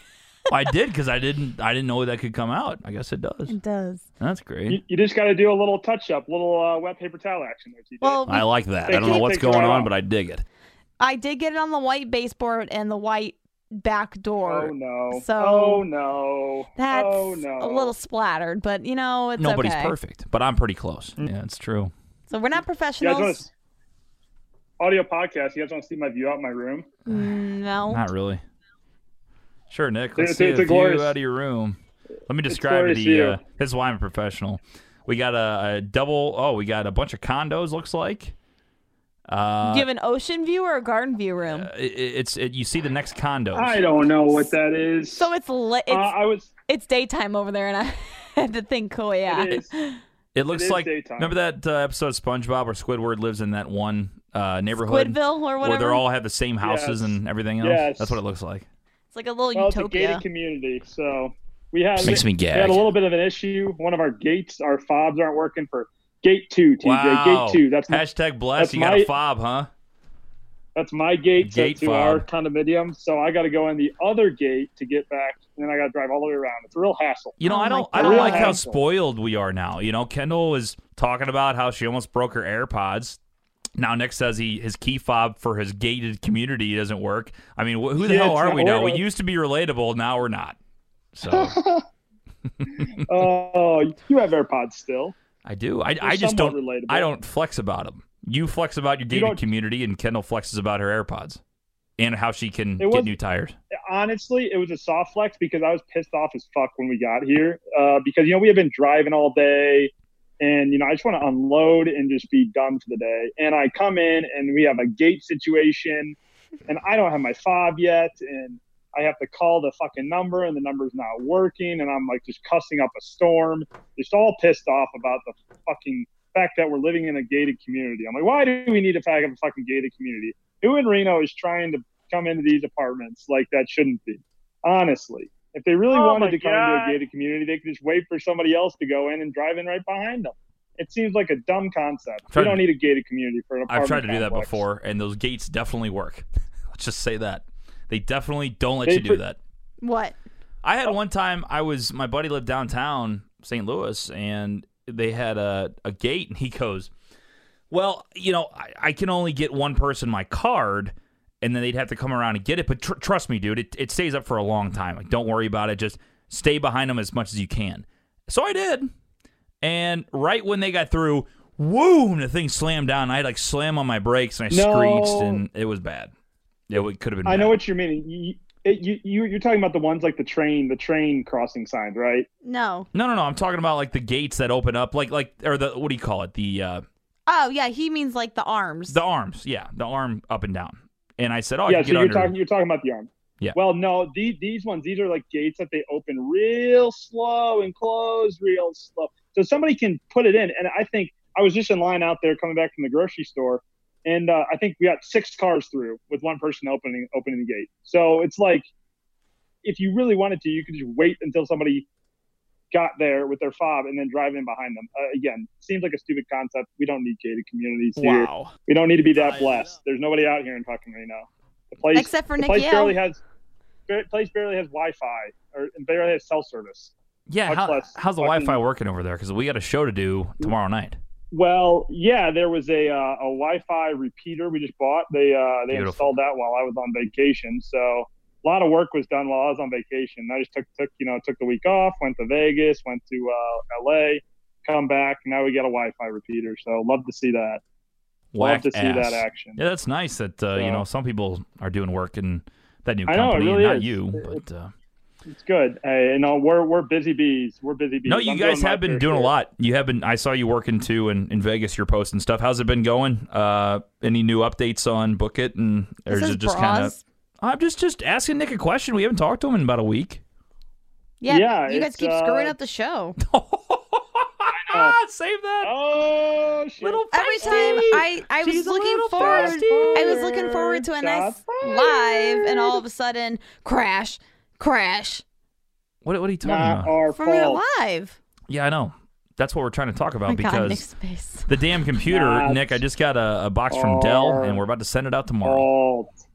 I did because I didn't I didn't know that could come out. I guess it does.
It does.
That's great.
You, you just got to do a little touch up, little uh, wet paper towel action there, TJ.
Well,
I like that.
They
I don't know
can't
what's
take it
going
right
on,
off.
but I dig it.
I did get it on the white baseboard and the white back
oh
door.
no.
So-
oh no.
That's
oh no.
a little splattered, but you know, it's
Nobody's
okay.
perfect, but I'm pretty close.
Mm.
Yeah, it's true.
So we're not
You guys
professionals.
want to audio podcast? You guys want to see my view out in my room?
Mm, no.
Not really. Sure, Nick.
It's-
Let's see
it's
a
a glorious-
view out of your room. Let me describe
glorious
the.
view.
Uh, this is why I'm a professional. We got a, a double. Oh, we got a bunch of condos. Looks like. Uh,
Do you have an ocean view or a garden view room?
it, it's it, you see the next condos.
I don't know what that is.
so it's lit.
uh,
It's,
I was.
it's daytime over there, and I had to think, oh yeah.
It is.
It looks
is
like
daytime.
remember that uh, episode of SpongeBob where Squidward lives in that one uh, neighborhood
Squidville or
where
whatever.
they are all have the same houses
Yes.
and everything else.
Yes.
That's what it looks like.
it's like a little
Well, it's a
utopia.
gated community, so we had
Makes me
we had
gag.
a little bit of an issue. One of our gates, our fobs aren't working for gate two, TJ.
Wow.
Gate two. That's my,
Hashtag blessed.
that's
You got a
my-
fob, huh?
that's my gate, to-
Gate
to
fob.
our condominium. So I got to go in the other gate to get back, and then I got to drive all the way around. It's a real hassle.
You know,
Oh
I
my
don't. I don't
God.
like how
Yeah.
spoiled we are now. You know, Kendall is talking about how she almost broke her AirPods. Now Nick says he his key fob for his gated community doesn't work. I mean, wh- who the
Yeah,
hell
it's
are
not
we now? We
working.
used to be relatable. Now we're not. So
oh, you have AirPods still?
I do. I, I
They're
just
somewhat
don't.
Relatable.
I don't flex about them. You flex about your gated
don't-
community, and Kendall flexes about her AirPods and how she can
It
get
was-
new tires.
honestly, it was a soft flex because I was pissed off as fuck when we got here. Uh, because you know we had been driving all day, and you know I just want to unload and just be done for the day. And I come in and we have a gate situation, and I don't have my fob yet, and I have to call the fucking number, and the number's not working, and I'm like just cussing up a storm, just all pissed off about the fucking fact that we're living in a gated community. I'm like, why do we need to fuck- have a fucking gated community? Who in Reno is trying to come into these apartments like that shouldn't be. Honestly, if they really
Oh
wanted
my
to come into
God.
a gated community, they could just wait for somebody else to go in and drive in right behind them. It seems like a dumb concept.
I've tried
We
to-
don't need a gated community for an apartment.
I've tried to do that
complex.
before, and those gates definitely work. Let's just say that they definitely don't let
They
you do
pre-
that.
What?
I
Oh.
had one time I was my buddy lived downtown St. Louis and they had a, a gate and he goes, Well, you know, I, I can only get one person my card and then they'd have to come around and get it. But tr- trust me, dude, it, it stays up for a long time. Like, don't worry about it. Just stay behind them as much as you can. So I did. And right when they got through, whoom, the thing slammed down. I like slam on my brakes and I
No.
screeched, and it was bad. It would- could have been.
I know
bad.
what you're meaning. You, it, you, you, you're talking about the ones like the train, the train crossing signs, right?
No.
No, no, no. I'm talking about like the gates that open up, like like or the what do you call it? The uh
Oh yeah, he means like the arms.
the arms. Yeah, the arm up and down. And I said, "Oh,
yeah,
you
so
can get
you're
under."
talking, you're talking about the arm.
Yeah.
Well, no, these, these ones, these are like gates that they open real slow and close real slow. So somebody can put it in. And I think I was just in line out there coming back from the grocery store. And uh, I think we got six cars through with one person opening opening the gate. So it's like, if you really wanted to, you could just wait until somebody got there with their fob and then drive in behind them. Uh, again, seems like a stupid concept. We don't need gated communities here.
wow.
We don't need to be that blessed. There's nobody out here in fucking Reno. The place,
Except for
the place
Nicky
barely
L.
has, bar- place barely has Wi-Fi or and barely has cell service.
Yeah,
Much
how,
less
how's the
fucking-
Wi-Fi working over there? Because we got a show to do tomorrow night.
Well, yeah, there was a uh, a Wi-Fi repeater we just bought. They uh, they
Beautiful.
installed that while I was on vacation. So a lot of work was done while I was on vacation. I just took took you know took the week off, went to Vegas, went to uh, L.A., come back. Now we got a Wi-Fi repeater. So love to see that.
Whack
love to see
ass.
that action.
Yeah, that's nice that uh, you
So-
know some people are doing work in that new
I know, it
company, and
really
not
is.
you.
It-
But uh,
It's good. Hey, you know, we're we're busy bees. We're busy bees.
no, you
I'm
guys
doing my
have been
fair
doing a
share.
lot. You have been. I saw you working too in, in Vegas. You're posting stuff. How's it been going? Uh, any new updates on Book It? And or
This
is
is
it just kind of?
bras.
I'm just just asking Nick a question. We haven't talked to him in about a week.
Yeah,
Yeah,
you guys
it's,
keep screwing
uh,
up the show.
ah, save that
Oh shit!
little
Every
feisty.
time I, I was
She's a
looking
little
forward
feisty.
I was looking forward to a nice
Shots fired.
live and all of a sudden crash, crash
What, what are you talking
Not
about?
our
from your
fault.
live.
Yeah, I know. That's what we're trying to talk about
Oh My
because
God, Nick Space.
the damn computer,
Not
Nick. I just got a, a box
Oh.
from Dell, and we're about to send it out tomorrow.
Fault.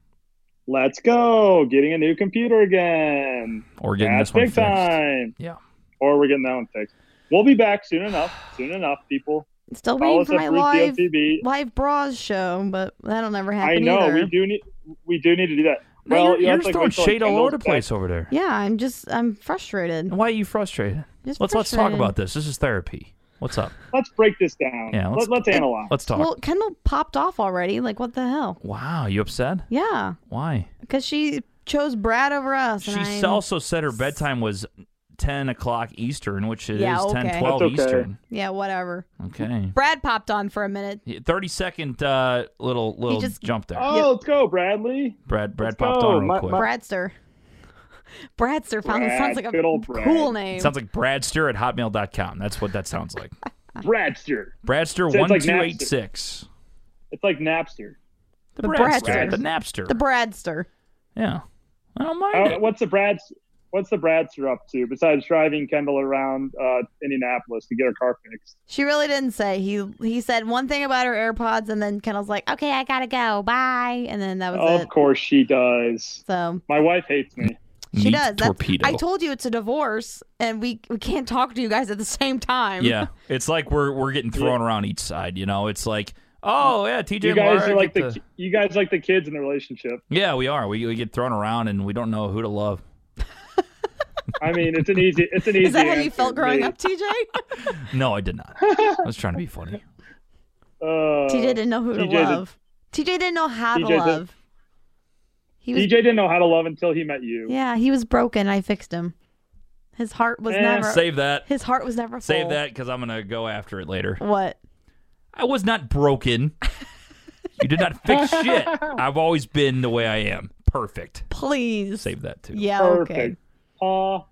Let's go. Getting a new computer again.
Or getting
That's
this one
Oh, big
fixed.
time.
Yeah.
Or we're getting that one fixed. We'll be back soon enough. Soon enough, people.
Still
Follow
waiting
us
for
at
my live
ReedCOTB.
live bras show, but that'll never happen
I know
either.
we do need we do need to do that.
No,
well,
you're,
you
you're
have
just
to, like,
throwing
wait till, like,
shade all
Kendall's
over the place over there.
Yeah, I'm just I'm frustrated.
And why are you frustrated?
Just
Let's let's talk
frustrated.
about this. This is therapy. What's up?
Let's break this down.
Yeah, let's-
Let, let's analyze.
Let's talk.
Well, Kendall popped off already. Like what the hell?
wow, you upset?
Yeah,
Why?
because she chose Brad over us.
She
and I'm-
also said her bedtime was 10 o'clock Eastern, which is
Yeah, okay.
ten twelve
That's okay.
Eastern.
Yeah, whatever.
Okay.
Brad popped on for a minute.
Yeah, 30 second uh, little little
just-
jump there.
Oh, let's go, Bradley.
Brad Brad
let's
popped
go.
on real
My-
quick.
my-
Bradster. Bradster found
Brad,
sounds like a
good old Brad.
cool
It
name.
sounds like Bradster at hotmail.com. That's what that sounds like.
Bradster.
Bradster
So it's like
1286.
It's like Napster.
The,
The
Bradster.
Bradster.
The Napster.
the Bradster.
yeah. I don't mind
Uh,
it.
what's the Brad's? What's the Bradster up to besides driving Kendall around uh, Indianapolis to get her car fixed?
She really didn't say. He he said one thing about her AirPods, and then Kendall's like, "Okay, I gotta go. Bye." And then that was
Of
Oh.
it.
course she does.
So
My wife hates me.
she
Meat
does. That's,
torpedo.
I told you it's a divorce, and we we can't talk to you guys at the same time.
Yeah, it's like we're we're getting thrown around each side. You know, it's like, oh yeah, TJ
You guys
Warwick
are like the,
at
ki- you guys like the kids in the relationship.
yeah, we are. We, we get thrown around and we don't know who to love.
I mean, it's an easy it's an easy.
Is that how you
answer,
felt growing
me.
up, TJ?
No, I did not. I was trying to be funny.
Uh,
TJ didn't know who to
TJ did-
love. TJ didn't know how to
TJ did-
love. He was
DJ didn't know how to love until he met you.
yeah, he was broken. I fixed him. His heart was
Eh,
never
Save that.
his heart was never full.
Save that because I'm gonna go after it later.
What?
I was not broken. you did not fix shit. I've always been the way I am. Perfect.
Please.
Save that too.
Yeah, okay.
Perfect.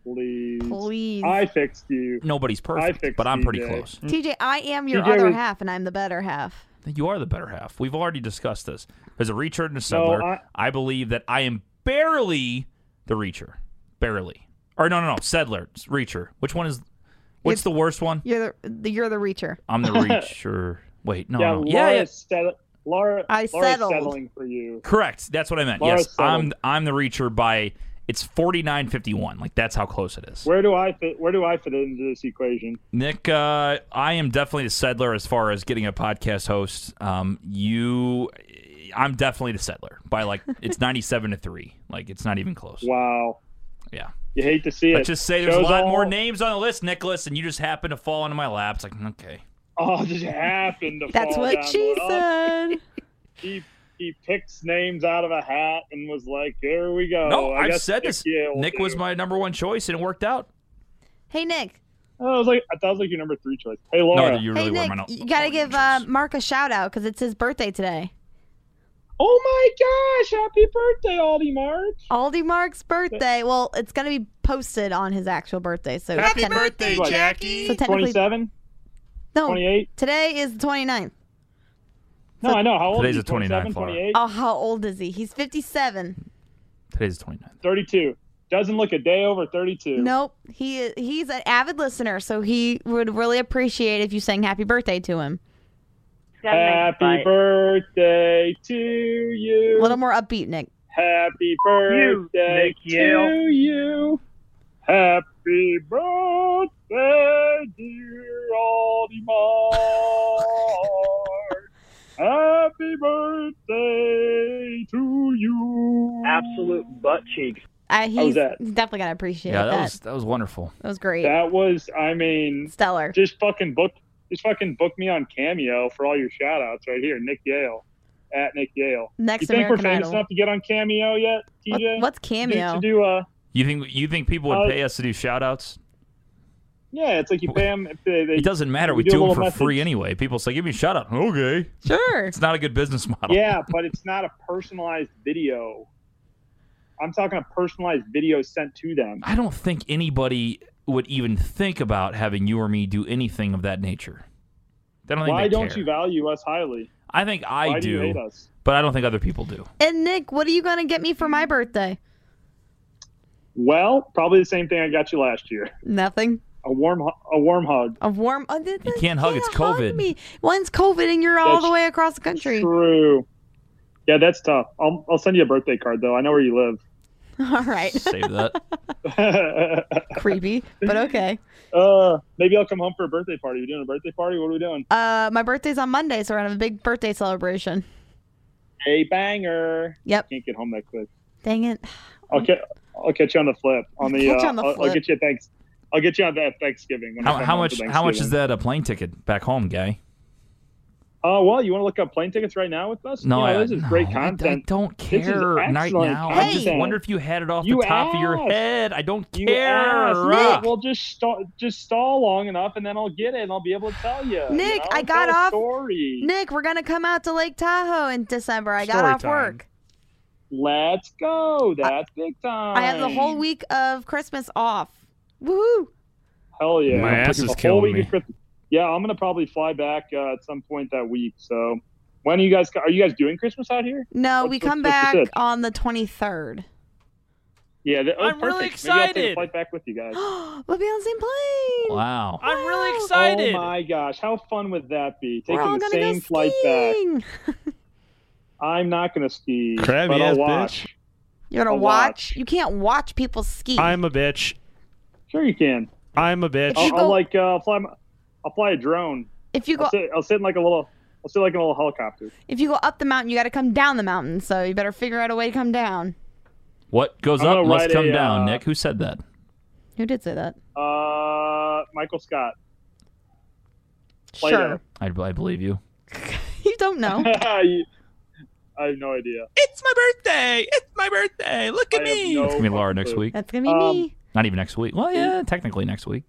Please.
Please.
I fixed you.
Nobody's perfect,
fixed
but I'm pretty
TJ.
close.
TJ, I am your
TJ
other
was-
half and I'm the better half.
You are the better half. We've already discussed this. As a reacher and a
No,
settler,
I,
I believe that I am barely the reacher. Barely. Or no, no, no. Settler. it's Reacher. Which one is. What's
It's-
the worst one?
You're the, the you're the reacher.
I'm the reacher. Wait, no,
yeah,
no.
Laura
Yeah, yeah.
settle- Laura,
I
Laura's
settled.
settling for you.
Correct. That's what I meant.
Laura
yes. I'm
settled.
I'm the reacher by. It's 49.51. Like, that's how close it is.
Where do I fit? Where do I fit into this equation?
Nick, uh, I am definitely a settler as far as getting a podcast host. Um, you, I'm definitely the settler by like it's 97 to three. Like it's not even close.
Wow.
Yeah.
You hate to see it.
Let's just say there's a
Shows
lot
all-
more names on the list, Nicholas, and you just happen to fall into my lap. It's like okay,
Oh, just happened to.
That's
fall
what
down
she
well.
said.
He he picks names out of a hat and was like, "Here we go."
No,
I
I've
guess
said
Nick
this.
Yale will
Nick was
do.
my number one choice, and it worked out.
Hey Nick.
Oh, I was like, I thought it was like your number three choice. Hey,
No,
Laura.
you really
hey
were
Nick.
my. number
you gotta
one
give
choice.
uh, Mark a shout out because it's his birthday today.
oh my gosh! Happy birthday, Aldi March.
Aldi Mark's birthday. Well, it's gonna be posted on his actual birthday. So
Happy
techni-
birthday,
What?
Jackie.
So technically, Oh.
27,
no.
28.
Today is the 29th.
No, I know. How old
Today's
is he?
the 29th,
27,
Laura.
28,
Oh, how old is he? He's 57. um,
Today's the 29th.
32. Doesn't look a day over 32.
Nope. He he's an avid listener, so he would really appreciate if you sang happy birthday to him.
Happy birthday to you.
A little more upbeat, Nick.
Happy birthday
Nick Yale.
to you. Happy birthday, dear Audemars. Happy birthday to you.
Absolute butt cheeks.
Uh,
was
he's
that?
definitely gonna appreciate
Yeah,
that.
that, was that was wonderful.
that was great.
That was, I mean,
Stellar.
just fucking book, just fucking book me on Cameo for all your shout outs right here. Nick Yale, at Nick Yale.
Next
You think we're
American
famous
Idol.
enough to get on Cameo yet,
What-
TJ?
what's
You need
cameo?
To do uh, a,
You think you think people would
Uh,
pay us to do shout outs?
yeah, it's like you pay them if they, they
It doesn't matter.
we
We
do a
do them
little
for
message.
free anyway. People say, "Give me a shout out." Okay,
Sure.
it's not a good business model.
Yeah, but it's not a personalized video. I'm talking a personalized video sent to them.
I don't think anybody would even think about having you or me do anything of that nature. I don't think
Why
they
don't
care.
you value us highly?
I think I
Why
do,
you hate us?
but I don't think other people do.
And Nick, what are you gonna get me for my birthday?
Well, probably the same thing I got you last year.
Nothing.
A warm, hu- a warm hug.
A warm. Oh, th-
You
th-
can't hug, it's COVID.
me. One's COVID, and you're all
That's
the way across the country.
True. Yeah, that's tough. I'll, I'll send you a birthday card though. I know where you live.
All right.
Save that.
Creepy, but okay.
uh, maybe I'll come home for a birthday party. You doing a birthday party? What are we doing?
Uh, my birthday's on Monday, so we're gonna have a big birthday celebration.
Hey, banger!
Yep.
Can't get home that quick.
Dang it.
I'll catch. I'll catch you on the flip. On the.
Catch
uh,
on the
I'll- I'll,
flip.
get you. at Thanks. I'll get you on that Thanksgiving. when I
How,
come
how
home
much?
for
How much
Thanksgiving.
is that a plane ticket back home, guy?
Uh, well, you want to look up plane tickets right now with us?
No,
yeah,
I,
this is
no,
great
I- I,
content.
don't
is
care right
excellent
now. I just
content.
wonder if you had it off
You
the top of your
asked.
head. I don't
You
care. Ah.
asked, Nick, well, just stall, just stall long enough, and then I'll get it, and I'll be able to tell you. you
Nick,
know?
I got
Tell a
off-
Story.
Nick, we're gonna come out to Lake Tahoe in December. I got
Story
off
time.
work.
Let's go. That's big time.
I have the whole week of Christmas off. Woohoo!
Hell yeah!
My ass
The
is
whole
killing
week
me.
of Christmas- Yeah, I'm gonna probably fly back uh, at some point that week. So, when are you guys? Are you guys doing Christmas out here?
No,
What's-
we
what's-
come
what's the
back
sitch?
on the 23rd.
Yeah, the, oh,
I'm really
perfect. Maybe I'll take a
excited.
flight back with you guys.
we'll be on the same plane.
Wow.
I'm really
Oh my gosh, how fun would that be?
We're all
Taking the
gonna
same
go
flight back.
skiing.
I'm not gonna ski,
Crabby
but I'll
ass
watch.
bitch.
You're gonna
I'll
watch.
watch.
You can't watch people ski.
I'm a bitch.
Sure, you can.
I'm a bitch.
You
I'll,
go-
I'll like, uh, I'll fly. My, I'll fly a drone.
if you go
I'll sit, I'll sit in like a little. I'll sit like a little helicopter.
if you go up the mountain, you got to come down the mountain. So you better figure out a way to come down.
What goes
I'm
up
gonna
must
write
come
a,
down,
uh,
Nick. Who said that?
Who did say that?
Uh, Michael Scott. Play
Sure.
I, I believe you.
You don't know.
You- I have no idea.
It's my birthday. It's my birthday. Look
I have no
it's gonna be Laura
fucking
next
clue.
week.
That's gonna be
Um,
me.
Not even next week. Well, yeah, technically next week.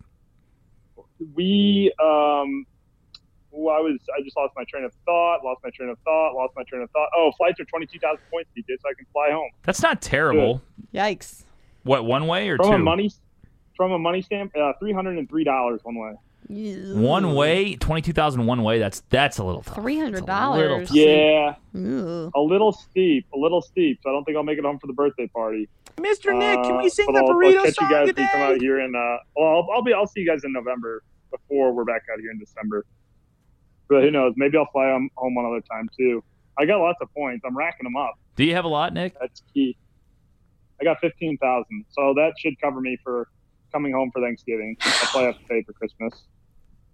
we um well, I was I just lost my train of thought, lost my train of thought, lost my train of thought. Oh, flights are twenty two thousand points, DJ, so I can fly home.
That's not terrible.
Yikes.
What one way or
From
two?
a money from a money stamp, uh, three hundred and three dollars one way.
One way, twenty two thousand one way. That's that's a little tough. That's a
$300.
little tough.
Yeah.
Ooh.
A little steep, a little steep. So I don't think I'll make it home for the birthday party.
Mr. Nick, can
Uh,
we sing
but
the
I'll, I'll
burrito
catch
song
you guys when
today?
you come out here and uh well I'll, I'll be I'll see you guys in November before we're back out here in December. But who knows? Maybe I'll fly home, home one other time too. I got lots of points. I'm racking them up.
Do you have a lot, Nick?
That's key. I got fifteen thousand, so that should cover me for coming home for Thanksgiving. That's all I have to pay for Christmas.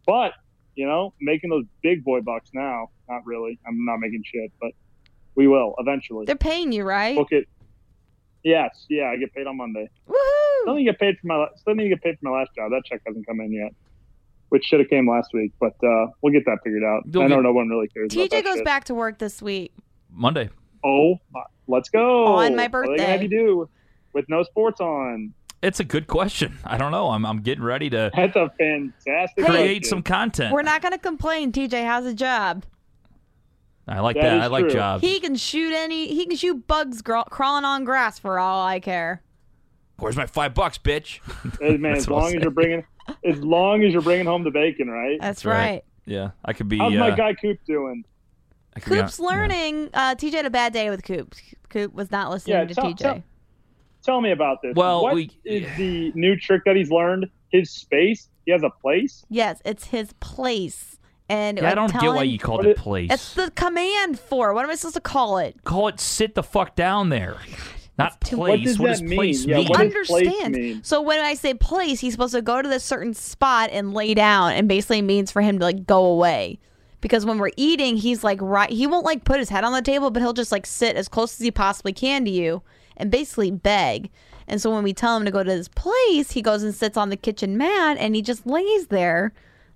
But you know, making those big boy bucks now—not really. I'm not making shit, but We will eventually.
They're paying you, right?
Book it. Yes, yeah, I get paid on Monday. Still
Woohoo!
need to get paid for my la- still need to get paid for my last job. That check hasn't come in yet, which should have came last week. But uh, we'll get that figured out.
You'll
I know
get-
no one really cares. about
TJ
that
goes
shit.
back to work this week.
Monday.
Oh, my, let's go
On my
What are they gonna have
birthday.
you do with no sports on?
It's a good question. I don't know. I'm I'm getting ready to
That's a fantastic.
create
question.
some content.
We're not gonna complain. TJ has a job.
I like that.
That is
I like
true.
jobs.
He can shoot any. He can shoot bugs gr- crawling on grass for all I care.
Where's my five bucks, bitch?
Hey, man,
That's
as
what I'll
long as
say.
you're bringing, as long as you're bringing home the bacon, right?
That's,
That's right.
right.
Yeah, I could be.
How's Oh my
uh,
guy Coop doing?
I could be on-
Coop's
yeah.
learning. Uh, TJ had a bad day with Coop. Coop was not listening
Yeah,
to
tell-
TJ.
tell- Tell me about this.
Well,
What
we-
is the new trick that he's learned? His space. He has a place.
Yes, it's his place. And
Yeah, I
I'm
don't get why
telling-
you called
What
it
it-
place.
It's the command for. What am I supposed to call it?
Call it sit the fuck down
Oh
there. Not
too-
place.
What does that mean?
place
Yeah,
mean?
what does place mean?
Understand. So when I say place, he's supposed to go to this certain spot and lay down, and basically means for him to like go away. Because when we're eating, he's like right. He won't like put his head on the table, but he'll just like sit as close as he possibly can to you and basically beg. And so when we tell him to go to this place, he goes and sits on the kitchen mat and he just lays there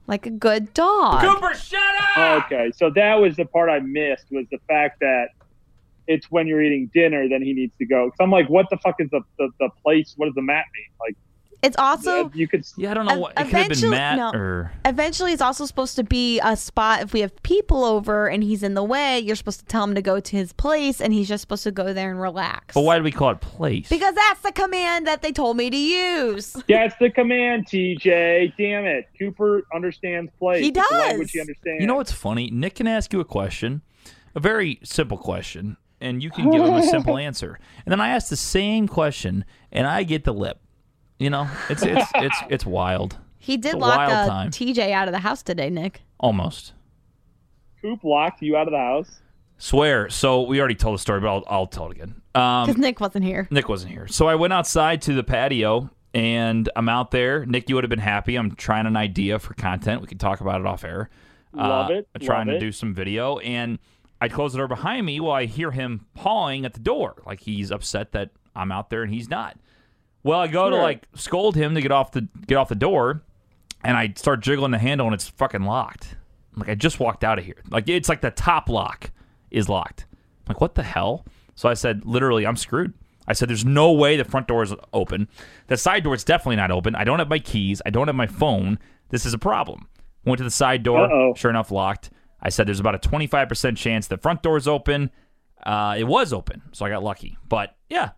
like a good dog.
Cooper, shut up!
Okay, so that was the part I missed was the fact that it's when you're eating dinner then he needs to go. Because I'm like, what the fuck is the, the, the place? What does the mat mean? Like,
It's also
you could.
Yeah, I don't know what it could have been
Eventually-
Matt
no.
or
Eventually, it's also supposed to be a spot if we have people over and he's in the way. You're supposed to tell him to go to his place, and he's just supposed to go there and relax.
But why do we call it place?
Because that's the command that they told me to use.
That's the command, TJ. Damn it, Cooper understands place.
He
It's the
does.
language he understands.
you know what's funny? Nick can ask you a question, a very simple question, and you can give him a simple answer. And then I ask the same question, and I get the lip. You know, it's it's it's it's wild,
He did
a
lock
wild
uh,
time.
TJ out of the house today, Nick.
almost.
Coop locked you out of the house.
Swear. So we already told the story, but I'll, I'll tell it again. Um,
Because Nick wasn't here.
Nick wasn't here. So I went outside to the patio and I'm out there. Nick, you would have been happy. I'm trying an idea for content. We can talk about it off air.
Love
Uh,
it,
I'm trying
love
to
it.
do some video. And I close the door behind me while I hear him pawing at the door. Like he's upset that I'm out there and he's not. Well, I go to
Sure.
like scold him to get off the get off the door and I start jiggling the handle and it's fucking locked. I'm like, I just walked out of here. Like it's like the top lock is locked. I'm like, what the hell? So I said, literally, I'm screwed. I said, there's no way the front door is open. The side door is definitely not open. I don't have my keys. I don't have my phone. This is a problem. Went to the side door.
Uh-oh.
Sure enough, locked. I said, there's about a 25% chance the front door is open. Uh, it was open, so I got lucky. But yeah,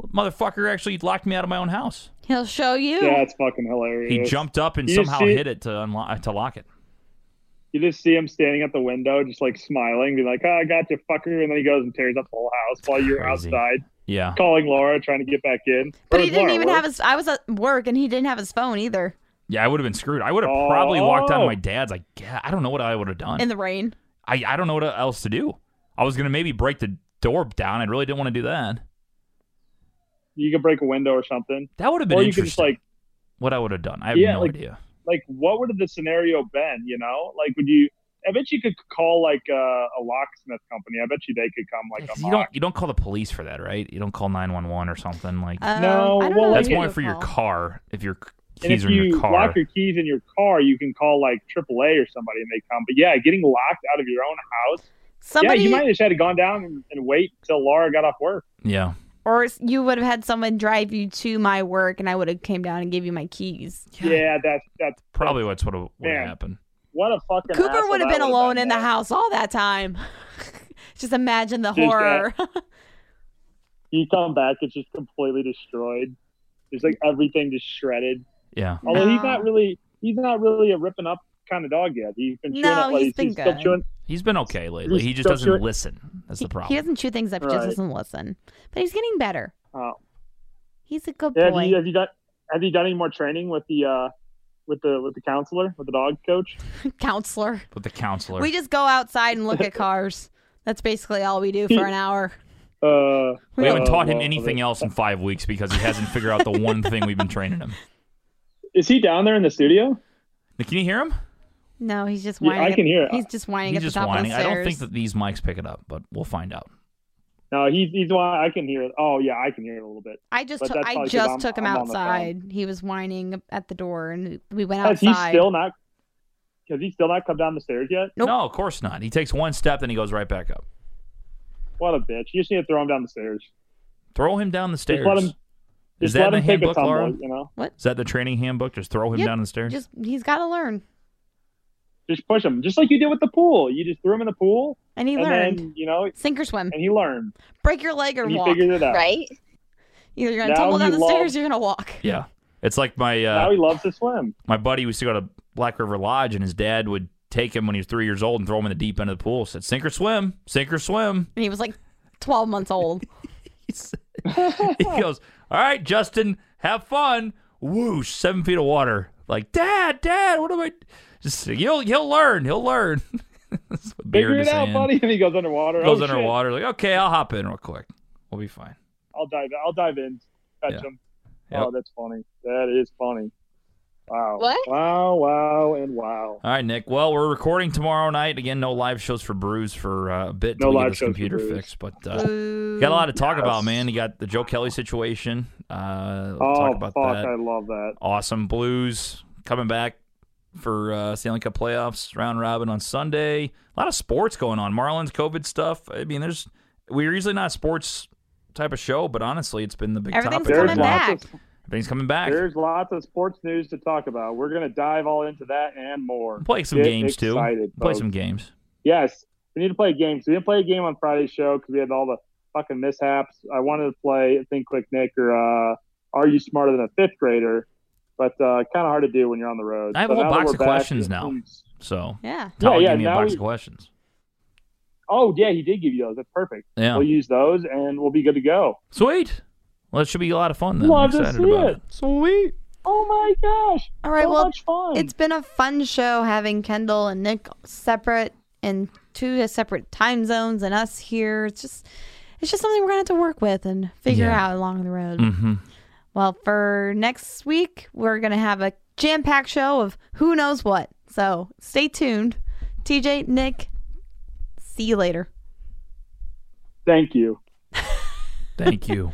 motherfucker actually locked me out of my own house.
He'll show you.
Yeah, it's fucking hilarious.
He jumped up and
You
somehow
see-
hit it to unlock to lock it.
You just see him standing at the window, just like smiling, be like, oh, "I got you, fucker," and then he goes and tears up the whole house while you're
Crazy.
outside
Yeah.
calling Laura, trying to get back in.
But
Or
he
is
didn't
Laura
even
at work?
have his. I was at work and he didn't have his phone either
Yeah, I would have been screwed. I would have probably walked out of
Oh.
my dad's. I guess. I don't know what I would have done.
in the rain.
I, I don't know what else to do. I was gonna maybe break the door down. I really didn't want to do that.
you could break a window or something,
That would have been
or you could
interesting.
just like
what I would have done. I have
Yeah,
no
like-
idea.
like what would the scenario been? You know, like would you? I bet you could call like uh, a locksmith company. I bet you they could come like
Because
a
you don't you don't call the police for that, right? You don't call nine one one or something like.
Um,
No,
I don't
well,
know
that's
who
like-
more
to
for your
call.
car. If your c-
And
keys
if
are in
you
your car,
lock your keys in your car, you can call like AAA or somebody and they come. But yeah, getting locked out of your own house.
Somebody,
yeah, you might have just had to gone down and, and wait till Laura got off work.
yeah,
or s- you would have had someone drive you to my work, and I would have came down and gave you my keys.
Yeah, that's that's
probably what's what would
Man.
happen.
what a fucking.
Cooper
asshole
would have
that
been alone in the
though.
house all that time. Just imagine the
Just that.
horror.
You come back, it's just completely destroyed. There's like everything just shredded.
Yeah,
Although he's
No.
not really he's not really a ripping up kind of dog yet. He's been chewing
No,
up like
he's been
still
good.
chewing.
he's been okay lately.
He's
He just
still
doesn't
chewing-
listen. That's
he,
the problem.
he doesn't chew things up; he just
Right.
doesn't listen. But he's getting better.
Oh.
He's a good
Yeah,
boy.
Have you, have you done have you done any more training with the uh with the with the counselor with the dog coach?
Counselor.
With the counselor,
We just go outside and look at cars. That's basically all we do for an hour.
Uh,
We haven't
uh,
taught him
well,
anything
uh,
else in five weeks because he hasn't figured out the one thing we've been training him.
Is he down there in the studio?
Nick, Can you hear him?
No, he's just
Yeah,
whining.
I
at-
can hear it.
He's just whining
He's
at
just
the top
whining.
of the
I
stairs.
don't think that these mics pick it up, but we'll find out.
No, he's he's why I can hear it. Oh yeah, I can hear it a little bit.
I just
But
took,
that's
I
probably 'cause
just
I'm-
took him
I'm on the phone.
outside. He was whining at the door, and we went
Has he
outside.
still not? Has he still not come down the stairs yet?
Nope.
No, of course not. He takes one step, then he goes right back up.
What a bitch! You just need to throw him down the stairs.
Throw him down the stairs.
Just let him.
Is
Just
that
let
in the
him take a
handbook,
tumble.
Laura?
You know,
Is that the training handbook? Just throw him
Yep.
down the stairs.
just he's got to learn,
just push him, just like you did with the pool. You just threw him in the pool,
and he
and
learned.
then you know, and
Sink or swim.
he learned,
Break your leg or
and he
walk.
figured it out.
Right? Either you're gonna
Now
tumble down
he
the
loves-
stairs, you're gonna walk.
yeah, it's like my
Now
uh,
he loves to swim.
my buddy used to go to Black River Lodge, and his dad would take him when he was three years old and throw him in the deep end of the pool. Said sink or swim, sink or swim.
And he was like 12 months old.
He said- he goes, all right, Justin, have fun. Whoosh, seven feet of water. Like dad, dad, what am I? Just he'll he'll learn, he'll learn. That's what Beard
Figure
is
it out,
saying.
buddy. And he goes underwater.
Goes
oh, shit.
underwater. Like okay, I'll hop in real quick. We'll be fine.
I'll dive. I'll dive in. Catch
Yeah.
him.
Yep.
Oh, that's funny. That is funny. Wow.
What?
Wow. Wow. And wow.
All right, Nick. Well, we're recording tomorrow night. Again, no live shows for Brews for uh, a bit. till
No
we get
live
this
shows for
computer
Brews.
fixed, but uh,
Ooh.
got a lot to talk about,
Yes.
man. You got the Joe Kelly situation. Uh, we'll
oh
talk about
fuck!
that.
I love that.
Awesome Blues coming back for uh, Stanley Cup playoffs round robin on Sunday. A lot of sports going on. Marlins COVID stuff. I mean, there's we're usually not a sports type of show, but honestly, it's been the big
Everything's
topic.
There's
coming
lots
back.
of
Everything's coming back.
There's lots of sports news to talk about. We're going to dive all into that and more.
Play some
Get
games
excited,
too. Play
folks.
some games.
Yes, we need to play games. We didn't play a game on Friday's show because we had all the fucking mishaps. I wanted to play Think Quick Nick or uh, Are You Smarter Than a Fifth Grader? But uh, kind of hard to do when you're on the road.
I have a whole
So now that
box
we're
of
back,
questions
it
now.
seems-
So
Yeah.
Yeah,
Tyler
yeah,
gave me a
now
box
we-
of questions.
Oh yeah, he did give you those. That's perfect.
Yeah.
We'll use those and we'll be good to go.
Sweet. Well, it should be a lot of fun then. I'm
Love to
excited
see
about
it.
it. Sweet.
Oh my gosh!
All right.
so
well,
much fun.
it's been a fun show having Kendall and Nick separate in two separate time zones and us here. It's just it's just something we're gonna have to work with and figure
Yeah.
out along the road.
Mm-hmm.
Well, for next week, we're gonna have a jam-packed show of who knows what. So stay tuned. TJ, Nick, see you later.
Thank you.
Thank you.